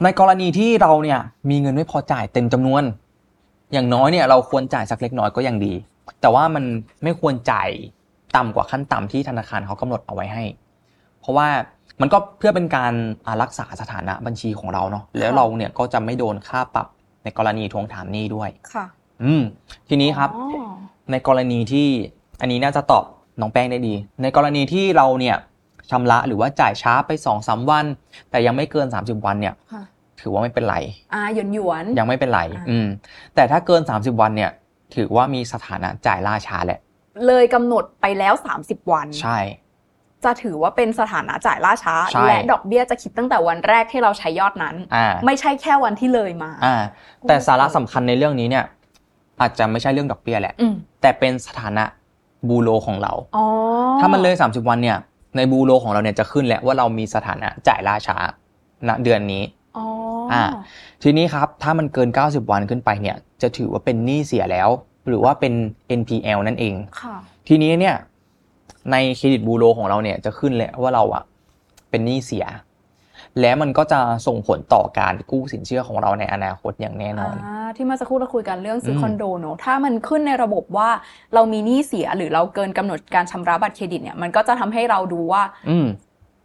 Speaker 1: ในกรณีที่เราเนี่ยมีเงินไม่พอจ่ายเต็มจำนวน อย่างน้อยเนี่ยเราควรจ่ายสักเล็กน้อยก็ยังดี แต่ว่ามันไม่ควรจ่ายต่ำกว่าขั้นต่ำที่ธนาคารเขากำหนดเอาไว้ให้ เพราะว่ามันก็เพื่อเป็นการอ่ารักษาสถานะบัญชีของเราเนาะแล้วเราเนี่ยก็จะไม่โดนค่าปรับในกรณีทวงถามหนี้ด้วย
Speaker 3: ค่ะ
Speaker 1: อืมทีนี้ครับ
Speaker 3: อ๋อ
Speaker 1: ในกรณีที่อันนี้น่าจะตอบน้องแป้งได้ดี ในกรณีที่เราเนี่ยชำระหรือว่าจ่ายช้าไป2อสามวัน แต่ยังไม่เกิน 30 วันเนี่ย
Speaker 3: ค่ะ
Speaker 1: ถือว่าไม่เป็นไร
Speaker 3: อ่าหยวนหยวนๆ
Speaker 1: ยังไม่เป็นไร
Speaker 3: อ่า
Speaker 1: อืมแต่ถ้าเกิน 30 วันเนี่ย ถือว่ามีสถานะจ่ายล่าช้าแหละ
Speaker 3: เลยกำหนดไปแล้ว 30 วัน
Speaker 1: ใช่
Speaker 3: จะถือว่าเป็นสถานะจ่ายล่าช้า
Speaker 1: ใช่
Speaker 3: และดอกเบี้ยจะคิดตั้งแต่วันแรกที่เราใช้ยอดนั้น
Speaker 1: อ่า
Speaker 3: ไม่ใช่แค่วันที่เลยมา
Speaker 1: อ่า แต่สาระสำคัญในเรื่องนี้เนี่ย อาจจะไม่ใช่เรื่องดอกเบี้ยแหละ
Speaker 3: อืม
Speaker 1: แต่เป็นสถานะบูโรของเรา
Speaker 3: อ๋อ
Speaker 1: ถ้ามันเลย 30 วันเนี่ยในบูโรของเราเนี่ยจะขึ้นแหละว่าเรามีสถานะจ่ายล่าช้าณเดือนนี้
Speaker 3: อ๋อ
Speaker 1: อ่า ทีนี้ครับ ถ้ามันเกิน 90 วันขึ้นไปเนี่ย จะถือว่าเป็นหนี้เสียแล้ว หรือว่าเป็น NPL นั่นเอง
Speaker 3: ค่ะ
Speaker 1: ทีนี้เนี่ย ในเครดิตบูโรของเราเนี่ยจะขึ้นแหละว่าเราอะเป็นหนี้เสีย และมันก็จะส่งผลต่อการกู้สินเชื่อของเราในอนาคตอย่างแน่นอน
Speaker 3: อ่าที่เมาสักครู่เราคุยกันเรื่องซื้ออ
Speaker 1: ม
Speaker 3: คอนโดเนอะถ้ามันขึ้นในระบบว่าเรามีหนี้เสียหรือเราเกินกำหนดการชำระบัตรเครดิตเนี่ยมันก็จะทำให้เราดูว่า
Speaker 1: อืม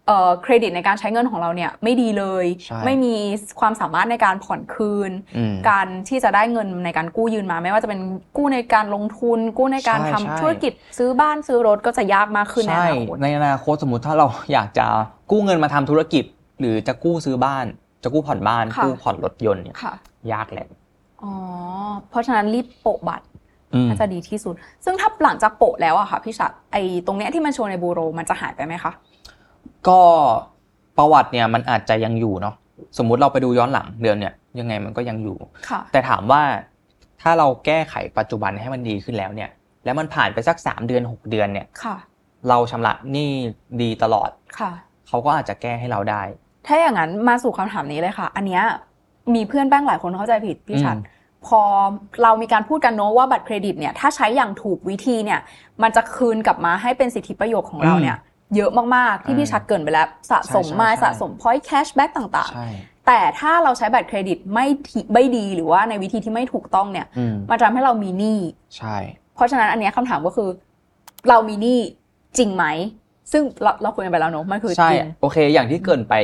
Speaker 3: เอ่อเครดิตในการใช้เงินของเราเนี่ยไม่ดีเลย
Speaker 1: ใช่
Speaker 3: ไม่มีความสามารถในการผ่อนคืน
Speaker 1: อืม
Speaker 3: การที่จะได้เงินในการกู้ยืนมา ไม่ว่าจะเป็นกู้ในการลงทุน กู้ในการ
Speaker 1: ใช่
Speaker 3: ทำ
Speaker 1: ใช่
Speaker 3: ธุรกิจซื้อบ้านซื้อรถก็จะยากมากขึ้นในอ
Speaker 1: ใช่
Speaker 3: นาคต
Speaker 1: ในอนาคตสมมติถ้าเรา อยากจะกู้เงินมาทำธุรกิจ หรือจะกู้ซื้อบ้าน จะกู้ผ่อนบ้าน กู้ผ่อนรถยนต์เนี่ย
Speaker 3: ค่ะ
Speaker 1: ยากแหละ
Speaker 3: อ๋อเพราะฉะนั้นรีบโปะบัตร
Speaker 1: อืม
Speaker 3: น่าจะดีที่สุด ซึ่งถ้าหลังจากโปะแล้วอะค่ะพี่ชัดไอ้ตรงเนี้ยที่มันโชว์ในบูโรมันจะหายไปไหมคะ
Speaker 1: ก็ประวัติเนี่ยมันอาจจะยังอยู่เนาะสมมุติเราไปดูย้อนหลังเดือนเนี่ยยังไงมันก็ยังอยู่
Speaker 3: ค่ะ
Speaker 1: แต่ถามว่าถ้าเราแก้ไขปัจจุบันให้มันดีขึ้นแล้วเนี่ย แล้วมันผ่านไปสัก 3 เดือน 6 เดือนเนี่ย
Speaker 3: ค่ะ
Speaker 1: เราชำระหนี้ดีตลอด
Speaker 3: ค่ะ
Speaker 1: เขาก็อาจจะแก้ให้เราได้
Speaker 3: ถ้าอย่างนั้นมาสู่คำถามนี้เลยค่ะ อันเนี้ยมีเพื่อนแป้งหลายคนเข้าใจผิดพี่ชัด
Speaker 1: อืม
Speaker 3: พอเรามีการพูดกันเนอะว่าบัตรเครดิตเนี่ยถ้าใช้อย่างถูกวิธีเนี่ยมันจะคืนกลับมาให้เป็นสิทธิประโยชน์ของเราเนี่ยเยอะมากๆที่พี่ชัดเกรินไปแล้วสะสมมาสะสมพอยต์แคชแบ็กต่าง
Speaker 1: ใช่
Speaker 3: ๆ แต่ถ้าเราใช้บัตรเครดิตไม่ที่ไม่ดีหรือว่าในวิธีที่ไม่ถูกต้องเนี่ย
Speaker 1: อืม
Speaker 3: มันจะทำให้เรามีหนี้
Speaker 1: ใช่
Speaker 3: เพราะฉะนั้นอันเนี้ยคำถามก็คือ เรามีหนี้จริงไหม ซึ่งเราเราคุยกันไปแล้วเนอะมันคือ
Speaker 1: ใช่
Speaker 3: จริง
Speaker 1: โอเค อย่างที่เกรินไป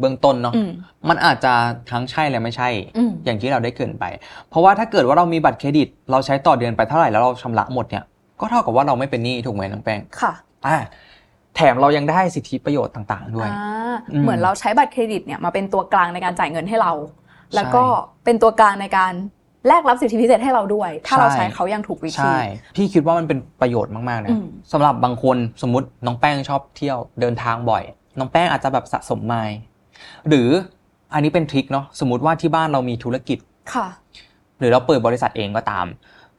Speaker 1: เบื้องต้นเนาะ
Speaker 3: อืม
Speaker 1: มันอาจจะทั้งใช่และไม่ใช่
Speaker 3: อืม
Speaker 1: อย่างที่เราได้เกรินไป เพราะว่าถ้าเกิดว่าเรามีบัตรเครดิต เราใช้ต่อเดือนไปเท่าไหร่แล้วเราชำระหมดเนี่ยก็เท่ากับว่าเราไม่เป็นหนี้ถูกไหมน้องแป้ง
Speaker 3: ค่ะ
Speaker 1: อ่าแถ ถมเรายังได้สิทธิประโยชน์ต่างๆ ด้วย
Speaker 3: อ่า
Speaker 1: อืม
Speaker 3: เหมือนเราใช้บัตรเครดิตเนี่ยมาเป็นตัวกลางในการจ่ายเงินให้เรา
Speaker 1: ใช่
Speaker 3: แล้วก็เป็นตัวกลางในการแลกรับสิทธิพิเศษให้เราด้วย ถ้าเรา
Speaker 1: ใช่
Speaker 3: ใช้เขาอย่างถูกวิธี
Speaker 1: ใช่ พี่คิดว่ามันเป็นประโยชน์มาก ๆ
Speaker 3: อื
Speaker 1: นะ
Speaker 3: ม
Speaker 1: สำหรับบางคนสมมติน้องแป้งชอบเที่ยวเดินทางบ่อย น้องแป้งอาจจะแบบสะสมไมล์หรืออันนี้เป็นทริคเนาะสมมติว่าที่บ้านเรามีธุรกิจ
Speaker 3: ค่ะ
Speaker 1: หรือเราเปิดบริษัทเองก็ตาม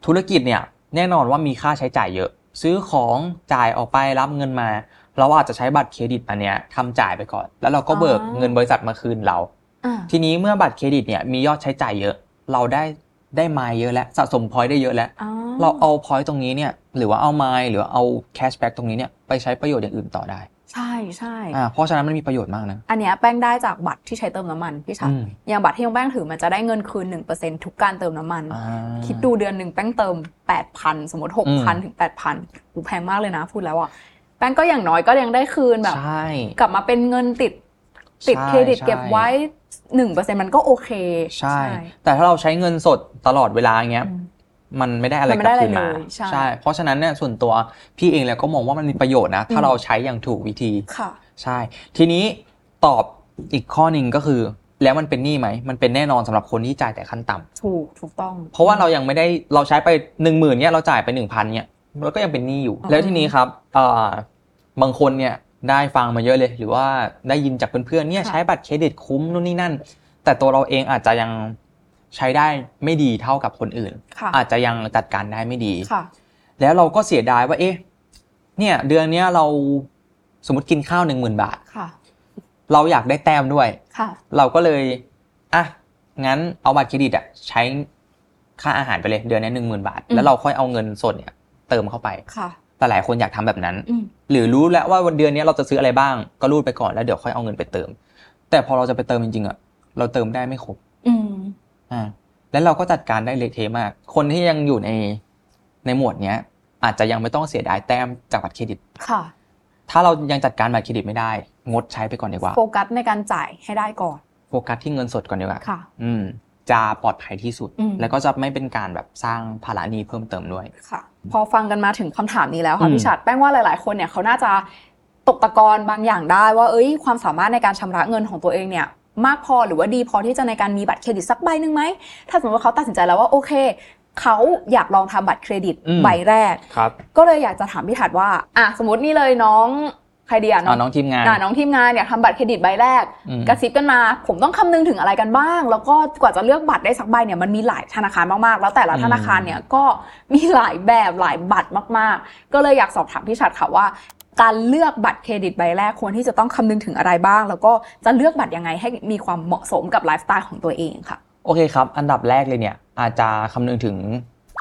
Speaker 1: ธุรกิจเนี่ยแน่นอนว่ามีค่าใช้จ่ายเยอะ ซื้อของจ่ายออกไปรับเงินมา เราอาจจะใช้บัตรเครดิตอันเนี้ยทำจ่ายไปก่อน แล้วเราก็เบิก
Speaker 3: อ๋อ
Speaker 1: เงินบริษัทมาคืนเรา
Speaker 3: อ่า
Speaker 1: ทีนี้เมื่อบัตรเครดิตเนี่ยมียอดใช้จ่ายเยอะ เราได้ได้ไมล์เยอะแล้วสะสมพอยต์ได้เยอะแล้ว
Speaker 3: อ๋อ
Speaker 1: เราเอาพอยต์ตรงนี้เนี่ยหรือว่าเอาไมล์หรือว่าเอาแคชแบ็กตรงนี้เนี่ยไปใช้ประโยชน์อย่างอื่นต่อได้
Speaker 3: ใช่ใช่
Speaker 1: อ่าเพราะฉะนั้นมันมีประโยชน์มากนะ
Speaker 3: อันเนี้ยแป้งได้จากบัตรที่ใช้เติมน้ำมันพี่ชัด
Speaker 1: อืม
Speaker 3: อย่างบัตรที่น้องแป้งถือมันจะได้เงินคืน1%ทุกการเติมน้ำมัน
Speaker 1: อ่า
Speaker 3: คิดดูเดือนหนึ่งแป้งเติม 8,000 สมมติ
Speaker 1: อืม
Speaker 3: 6,000 ถึง 8,000อูแพงมากเลยนะพูดแล้วอ่ะแป้งก็อย่างน้อยก็ยังได้คืนแบบ
Speaker 1: ใช่
Speaker 3: กลับมาเป็นเงินติด
Speaker 1: ใช่
Speaker 3: ติดเครดิต
Speaker 1: ใช่
Speaker 3: เก็บไว้หนึ่งเปอร์เซ็นมันก็โอเค
Speaker 1: ใช่ แต่ถ้าเราใช้เงินสดตลอดเวลาอย่างเงี้ย
Speaker 3: อืม
Speaker 1: มันไม่ได้อะไร
Speaker 3: มัน
Speaker 1: ก
Speaker 3: ไม่
Speaker 1: ลั
Speaker 3: ได้
Speaker 1: บ
Speaker 3: อะไร
Speaker 1: คืนมา
Speaker 3: เลยใช่
Speaker 1: เพราะฉะนั้นเนี่ยส่วนตัวพี่เองแล้วก็มองว่ามันมีประโยชน์นะ ถ้า
Speaker 3: อืม
Speaker 1: เราใช้อย่างถูกวิธี
Speaker 3: ค่ะ
Speaker 1: ใช่ ทีนี้ตอบอีกข้อหนึ่งก็คือ แล้วมันเป็นหนี้ไหม มันเป็นแน่นอนสำหรับคนที่จ่ายแต่ขั้นต่ำ
Speaker 3: ถูกถูกต้อง
Speaker 1: เพราะว่าเรายังไม่ได้เราใช้ไป1 0,000ื่นเนี่ยเราจ่ายไป 1,000เนี่ยเราก็ยังเป็นหนี้อยู่
Speaker 3: อืม
Speaker 1: แล้วทีนี้ครับเอ่อบางคนเนี่ยได้ฟังมาเยอะเลย หรือว่าได้ยินจากเพื่อนๆเนี่ยใช้บัตรเครดิตคุ้มนู่นนี่นั่น แต่ตัวเราเองอาจจะยังใช้ได้ไม่ดีเท่ากับคนอื่น
Speaker 3: ค่ะ
Speaker 1: อาจจะยังจัดการได้ไม่ดี
Speaker 3: ค่ะ
Speaker 1: แล้วเราก็เสียดายว่า เอ๊ะ เนี่ย เดือนเนี้ยเราสมมติกินข้าวหนึ่งหมื่นบาท
Speaker 3: ค่ะ
Speaker 1: เราอยากได้แต้มด้วย
Speaker 3: ค่ะ
Speaker 1: เราก็เลย อ่ะ งั้นเอาบัตรเครดิตอะใช้ค่าอาหารไปเลย เดือนเนี้หนึ่งหมื่นบาท
Speaker 3: อืม
Speaker 1: แล้วเราค่อยเอาเงินสดเนี่ยเติมเข้าไป
Speaker 3: ค่ะ
Speaker 1: แต่หลายคนอยากทำแบบนั้น
Speaker 3: อืม
Speaker 1: หรือรู้แล้วว่าวันเดือนเนี้ยเราจะซื้ออะไรบ้าง ก็รูดไปก่อนแล้วเดี๋ยวค่อยเอาเงินไปเติม แต่พอเราจะไปเติมจริงๆอะเราเติมได้ไม่ครบ
Speaker 3: อืม
Speaker 1: อ่าแล้วเราก็จัดการได้เละเทะมาก คนที่ยังอยู่ในในหมวดเนี้ย อาจจะยังไม่ต้องเสียดายแต้มจากบัตรเครดิต
Speaker 3: ค่ะ
Speaker 1: ถ้าเรายังจัดการบัตรเครดิตไม่ได้ งดใช้ไปก่อนดีกว่า
Speaker 3: โฟกัสในการจ่ายให้ได้ก่อน
Speaker 1: โฟกัสที่เงินสดก่อนดีกว่า
Speaker 3: ค่ะ
Speaker 1: อืม จะปลอดภัยที่สุด
Speaker 3: อืม
Speaker 1: แล้วก็จะไม่เป็นการแบบสร้างภาระหนี้เพิ่มเติมด้วย
Speaker 3: ค่ะ พอฟังกันมาถึงคำถามนี้แล้วค่ะ
Speaker 1: อืม
Speaker 3: พี่ชัดแป้งว่าหลาย ๆ คนเนี่ยเขาน่าจะตกตะกอนบางอย่างได้ว่า เอ้ย ความสามารถในการชำระเงินของตัวเองเนี่ย มากพอหรือว่าดีพอที่จะในการมีบัตรเครดิตสักใบหนึ่งไหม ถ้าสมมติว่าเขาตัดสินใจแล้วว่าโอเค เขาอยากลองทำบัตรเครดิต
Speaker 1: อืม
Speaker 3: ใบแรก
Speaker 1: ครับ
Speaker 3: ก็เลยอยากจะถามพี่ถัดว่า อ่ะสมมตินี่เลยน้องใครเดีย
Speaker 1: เอาน้องทีมงาน
Speaker 3: อ่ะน้องทีมงานเนี่ยทำบัตรเครดิตใบแรก
Speaker 1: อืม
Speaker 3: กระซิบกันมา ผมต้องคำนึงถึงอะไรกันบ้าง แล้วก็กว่าจะเลือกบัตรได้สักใบเนี่ยมันมีหลายธนาคารมากๆ แล้วแต่ละ
Speaker 1: อืม
Speaker 3: ธนาคารเนี่ยก็มีหลายแบบหลายบัตรมากๆ ก็เลยอยากสอบถามพี่ชัดค่ะว่า การเลือกบัตรเครดิตใบแรกควรที่จะต้องคำนึงถึงอะไรบ้าง แล้วก็จะเลือกบัตรยังไงให้มีความเหมาะสมกับไลฟ์สไตล์ของตัวเองค่ะ
Speaker 1: โอเคครับ อันดับแรกเลยเนี่ย อาจจะคำนึงถึง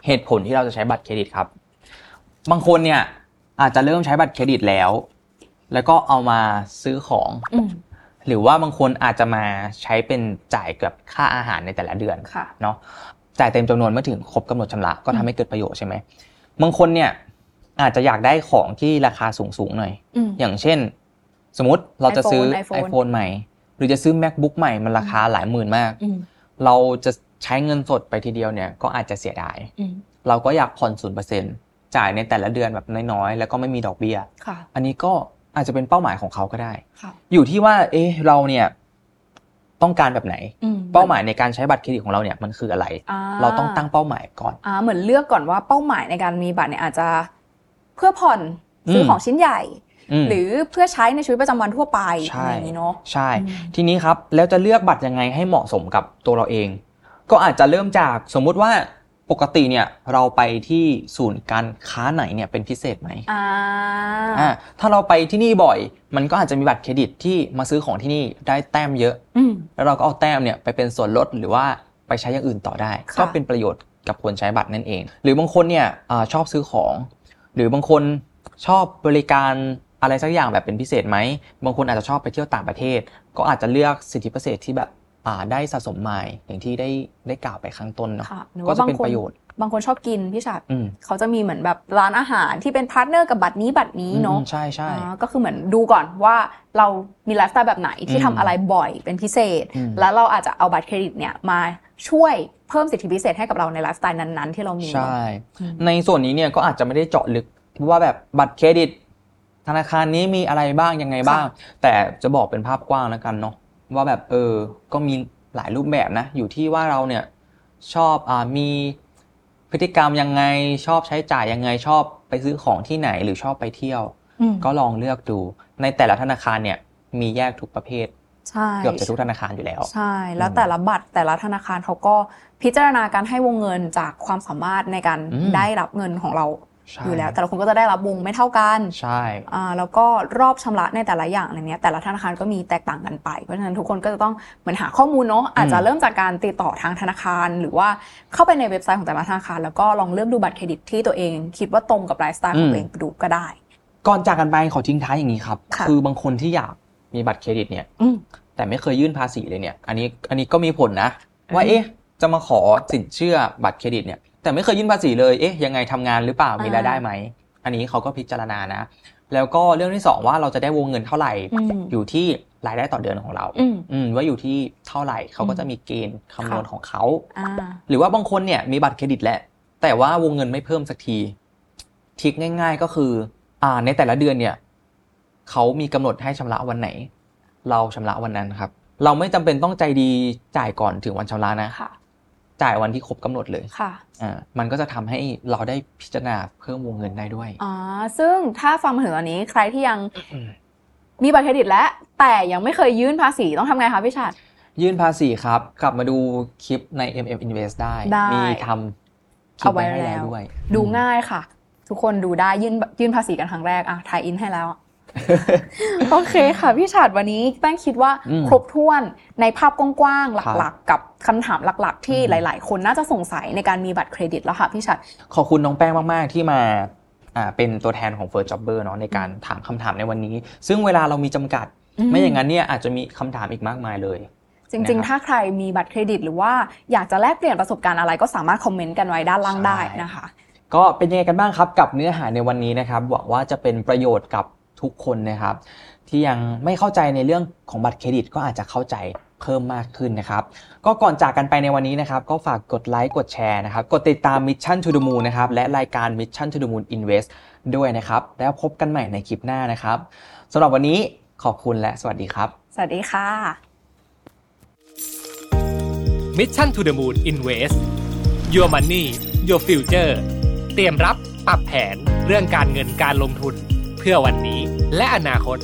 Speaker 1: เหตุผลที่เราจะใช้บัตรเครดิตครับ บางคนเนี่ยอาจจะเริ่มใช้บัตรเครดิตแล้ว แล้วก็เอามาซื้อของ
Speaker 3: อืม
Speaker 1: หรือว่าบางคนอาจจะมาใช้เป็นจ่ายเกือบค่าอาหารในแต่ละเดือน
Speaker 3: ค่ะ
Speaker 1: เนาะจ่ายเต็มจำนวนเมื่อถึงครบกำหนดชำระก็ทำให้เกิดประโยชน์ใช่ไหมบางคนเนี่ยอาจจะอยากได้ของที่ราคาสูงสูงๆหน่อย
Speaker 3: อืม
Speaker 1: อย่างเช่น สมมติเราจะซื้อ
Speaker 3: iPhone iPhone
Speaker 1: iPhone ใหม่ หรือจะซื้อ MacBook ใหม่มันราคาหลายหมื่นมาก
Speaker 3: อืม
Speaker 1: เราจะใช้เงินสดไปทีเดียวเนี่ยก็อาจจะเสียดาย
Speaker 3: อืม
Speaker 1: เราก็อยากผ่อนศูนย์เปอร์เซ็นจ่ายในแต่ละเดือนแบบน้อยๆ แล้วก็ไม่มีดอกเบี้ย
Speaker 3: ค่ะ
Speaker 1: อันนี้ก็อาจจะเป็นเป้าหมายของเขาก็ได้
Speaker 3: ค่ะ
Speaker 1: อยู่ที่ว่า เอ๊ะ เราเนี่ยต้องการแบบไหน
Speaker 3: อืม
Speaker 1: เป้าหมายในการใช้บัตรเครดิตของเราเนี่ยมันคืออะไร
Speaker 3: อ่
Speaker 1: เราต้องตั้งเป้าหมายก่อน
Speaker 3: อ่าเหมือนเลือกก่อนว่าเป้าหมายในการมีบัตรเนี่ยอาจจะเพื่อผ่อนซื้ออ
Speaker 1: ม
Speaker 3: ของชิ้นใหญ่
Speaker 1: ม
Speaker 3: หรือเพื่อใช้ในชีวิตประจำวันทั่วไป
Speaker 1: ใช่
Speaker 3: อะไรอย่างนี้เนาะ
Speaker 1: ใช่
Speaker 3: อืม
Speaker 1: ทีนี้ครับ แล้วจะเลือกบัตรยังไงให้เหมาะสมกับตัวเราเอง ก็อาจจะเริ่มจากสมมุติว่าปกติเนี่ยเราไปที่ศูนย์การค้าไหนเนี่ยเป็นพิเศษไหม
Speaker 3: อ่า
Speaker 1: อ่าถ้าเราไปที่นี่บ่อย มันก็อาจจะมีบัตรเครดิตที่มาซื้อของที่นี่ได้แต้มเยอะ
Speaker 3: อืม
Speaker 1: แล้วเราก็เอาแต้มเนี่ยไปเป็นส่วนลดหรือว่าไปใช้อย่างอื่นต่อได้
Speaker 3: ค่ะ
Speaker 1: ก็เป็นประโยชน์กับคนใช้บัตรนั่นเอง หรือบางคนเนี่ยอาชอบซื้อของ หรือบางคนชอบบริการอะไรสักอย่างแบบเป็นพิเศษไหมบางคนอาจจะชอบไปเที่ยวต่างประเทศ ก็อาจจะเลือกสิทธิพิเศษที่แบบอ่าได้สะสมไมล์อย่างที่ได้ได้กล่าวไปข้างต้นเนาะ
Speaker 3: ค่ะหรือ
Speaker 1: ก็
Speaker 3: ว่า
Speaker 1: จะ
Speaker 3: บาง
Speaker 1: เป็น
Speaker 3: คน
Speaker 1: ประโยชน์
Speaker 3: บางคนชอบกินพี่ชัด
Speaker 1: อืม
Speaker 3: เขาจะมีเหมือนแบบร้านอาหารที่เป็นพาร์ทเนอร์กับบัตรนี้บัตรนี้เนาะ
Speaker 1: อืมใช่ใช่
Speaker 3: อ่าก็คือเหมือนดูก่อนว่าเรามีไลฟ์สไตล์แบบไหนที่
Speaker 1: อืม
Speaker 3: ทำอะไรบ่อยเป็นพิเศษ
Speaker 1: อืม
Speaker 3: แล้วเราอาจจะเอาบัตรเครดิตเนี่ยมาช่วยเพิ่มสิทธิพิเศษให้กับเราในไลฟ์สไตล์นั้นๆ ที่เรามี
Speaker 1: ใช่
Speaker 3: อืม
Speaker 1: ในส่วนนี้เนี่ยก็อาจจะไม่ได้เจาะลึกว่าแบบบัตรเครดิตธ ธนาคารนี้มีอะไรบ้างยังไงบ้าง แต่จะบอกเป็นภาพกว้างแล้วกันเนาะว่าแบบเออก็มีหลายรูปแบบนะ อยู่ที่ว่าเราเนี่ยชอบอ่ามีพฤติกรรมยังไงชอบใช้จ่ายยังไงชอบไปซื้อของที่ไหนหรือชอบไปเที่ยว
Speaker 3: อืม
Speaker 1: ก็ลองเลือกดู ในแต่ละธนาคารเนี่ยมีแยกทุกประเภท
Speaker 3: ใช่
Speaker 1: เกือบจะทุกธนาคารอยู่แล้ว
Speaker 3: ใช่แล้วแต่ละบัตรแต่ละธนาคารเขาก็พิจารณาการให้วงเงินจากความสามารถในการ
Speaker 1: อืม
Speaker 3: ได้รับเงินของเรา
Speaker 1: ใช่
Speaker 3: อยู่แล้ว แต่ละคนก็จะได้รับวงไม่เท่ากัน
Speaker 1: ใช่
Speaker 3: อ่าแล้วก็รอบชำระในแต่ละอย่างอะไรเนี้ยแต่ละธนาคารก็มีแตกต่างกันไป เพราะฉะนั้นทุกคนก็จะต้องเหมือนหาข้อมูลเนาะอาจจะเริ่มจากการติดต่อทางธนาคาร หรือว่าเข้าไปในเว็บไซต์ของแต่ละธนาคาร แล้วก็ลองเลือกดูบัตรเครดิตที่ตัวเองคิดว่าตรงกับไลฟ์สไตล์ของตัวเองดูก็ได้
Speaker 1: ก่อนจากกันไปขอทิ้งท้ายอย่างนี้ครับ
Speaker 3: ค่ะ
Speaker 1: อบางคนที่อยากมีบัตรเครดิตเนี่ย
Speaker 3: อืม
Speaker 1: แต่ไม่เคยยื่นภาษีเลยเนี่ย อันนี้อันนี้ก็มีผลนะ
Speaker 3: อืม
Speaker 1: ว่าเอ๊ะ จะมาขอสินเชื่อบัตรเครดิตเนี่ย แต่ไม่เคยยื่นภาษีเลยเอ๊ะยังไงทำงานหรือเปล่ามีรายได้ไหมอันนี้เขาก็พิจารณานะ แล้วก็เรื่องที่สองว่าเราจะได้วงเงินเท่าไหร่
Speaker 3: อืม
Speaker 1: อยู่ที่รายได้ต่อเดือนของเรา
Speaker 3: อืม
Speaker 1: อืมว่าอยู่ที่เท่าไหร่เขาก็จะมีเกณฑ์คำนวณ
Speaker 3: ค่ะ
Speaker 1: ของเขา
Speaker 3: อ่า
Speaker 1: หรือว่าบางคนเนี่ยมีบัตรเครดิตแหละแต่ว่าวงเงินไม่เพิ่มสักทีทริกง่าย ๆ ก็คือ อ่าในแต่ละเดือนเนี่ยเขามีกำหนดให้ชำระวันไหน เราชำระวันนั้นครับ เราไม่จำเป็นต้องใจดีจ่ายก่อนถึงวันชำระนะ
Speaker 3: ค่ะ
Speaker 1: จ่ายวันที่ครบกำหนดเลย
Speaker 3: ค่ะ
Speaker 1: อ่ามันก็จะทำให้เราได้พิจารณาเพิ่มวงเงินได้ด้วย
Speaker 3: อ่าซึ่งถ้าฟังมาถึงตอนนี้ใครที่ยัง
Speaker 1: อืม
Speaker 3: มีบัตรเครดิตแล้วแต่ยังไม่เคยยื่นภาษีต้องทำไงคะพี่ชาติ
Speaker 1: ยื่นภาษีครับ กลับมาดูคลิปใน MM Invest ได้
Speaker 3: ได้
Speaker 1: มีทำคลิปไว้ให้
Speaker 3: เอาไว้แล้
Speaker 1: แล้ว วด้วย
Speaker 3: ดูง่ายค่ะ ทุกคนดูได้ยื่นยื่นภาษีกันครั้งแรกอ่ะทายอินให้แล้ว *laughs* โอเคค่ะพี่ฉาดวันนี้แป้งคิดว่า
Speaker 1: อืม
Speaker 3: ครบถ้วนในภาพกว้างๆ
Speaker 1: ครับ
Speaker 3: หลักๆ กับคำถามหลักๆ ที่
Speaker 1: อืม
Speaker 3: หลาย ๆ คนน่าจะสงสัยในการมีบัตรเครดิตแล้วค่ะพี่ฉาด
Speaker 1: ขอบคุณน้องแป้งมาก ๆ ที่มาอ่าเป็นตัวแทนของ First Jobber เนาะในการถามคำถามในวันนี้ ซึ่งเวลาเรามีจำกัด
Speaker 3: อืม
Speaker 1: ไม่อย่างนั้นเนี่ยอาจจะมีคำถามอีกมากมายเลย
Speaker 3: จริง
Speaker 1: นะครับ
Speaker 3: ๆ ถ้าใครมีบัตรเครดิต หรือว่าอยากจะแลกเปลี่ยนประสบการณ์อะไรก็สามารถคอมเมนต์กันไว้ด้านล่าง
Speaker 1: ใช่
Speaker 3: ได้นะคะ
Speaker 1: ก็เป็นยังไงกันบ้างครับกับเนื้อหาในวันนี้นะครับหวังว่าจะเป็นประโยชน์กับทุกคนนะครับ ที่ยังไม่เข้าใจในเรื่องของบัตรเครดิตก็อาจจะเข้าใจเพิ่มมากขึ้นนะครับ ก็ก่อนจากกันไปในวันนี้นะครับ ก็ฝากกดไลค์กดแชร์นะครับ กดติดตาม Mission to the Moon นะครับ และรายการ Mission to the Moon Invest ด้วยนะครับ แล้วพบกันใหม่ในคลิปหน้านะครับสำหรับวันนี้ขอบคุณและสวัสดีครับ
Speaker 3: สวัสดีค่ะ
Speaker 2: Mission to the Moon Invest Your Money Your Future เตรียมรับปรับแผนเรื่องการเงินการลงทุน เพื่อวันนี้และอนาคต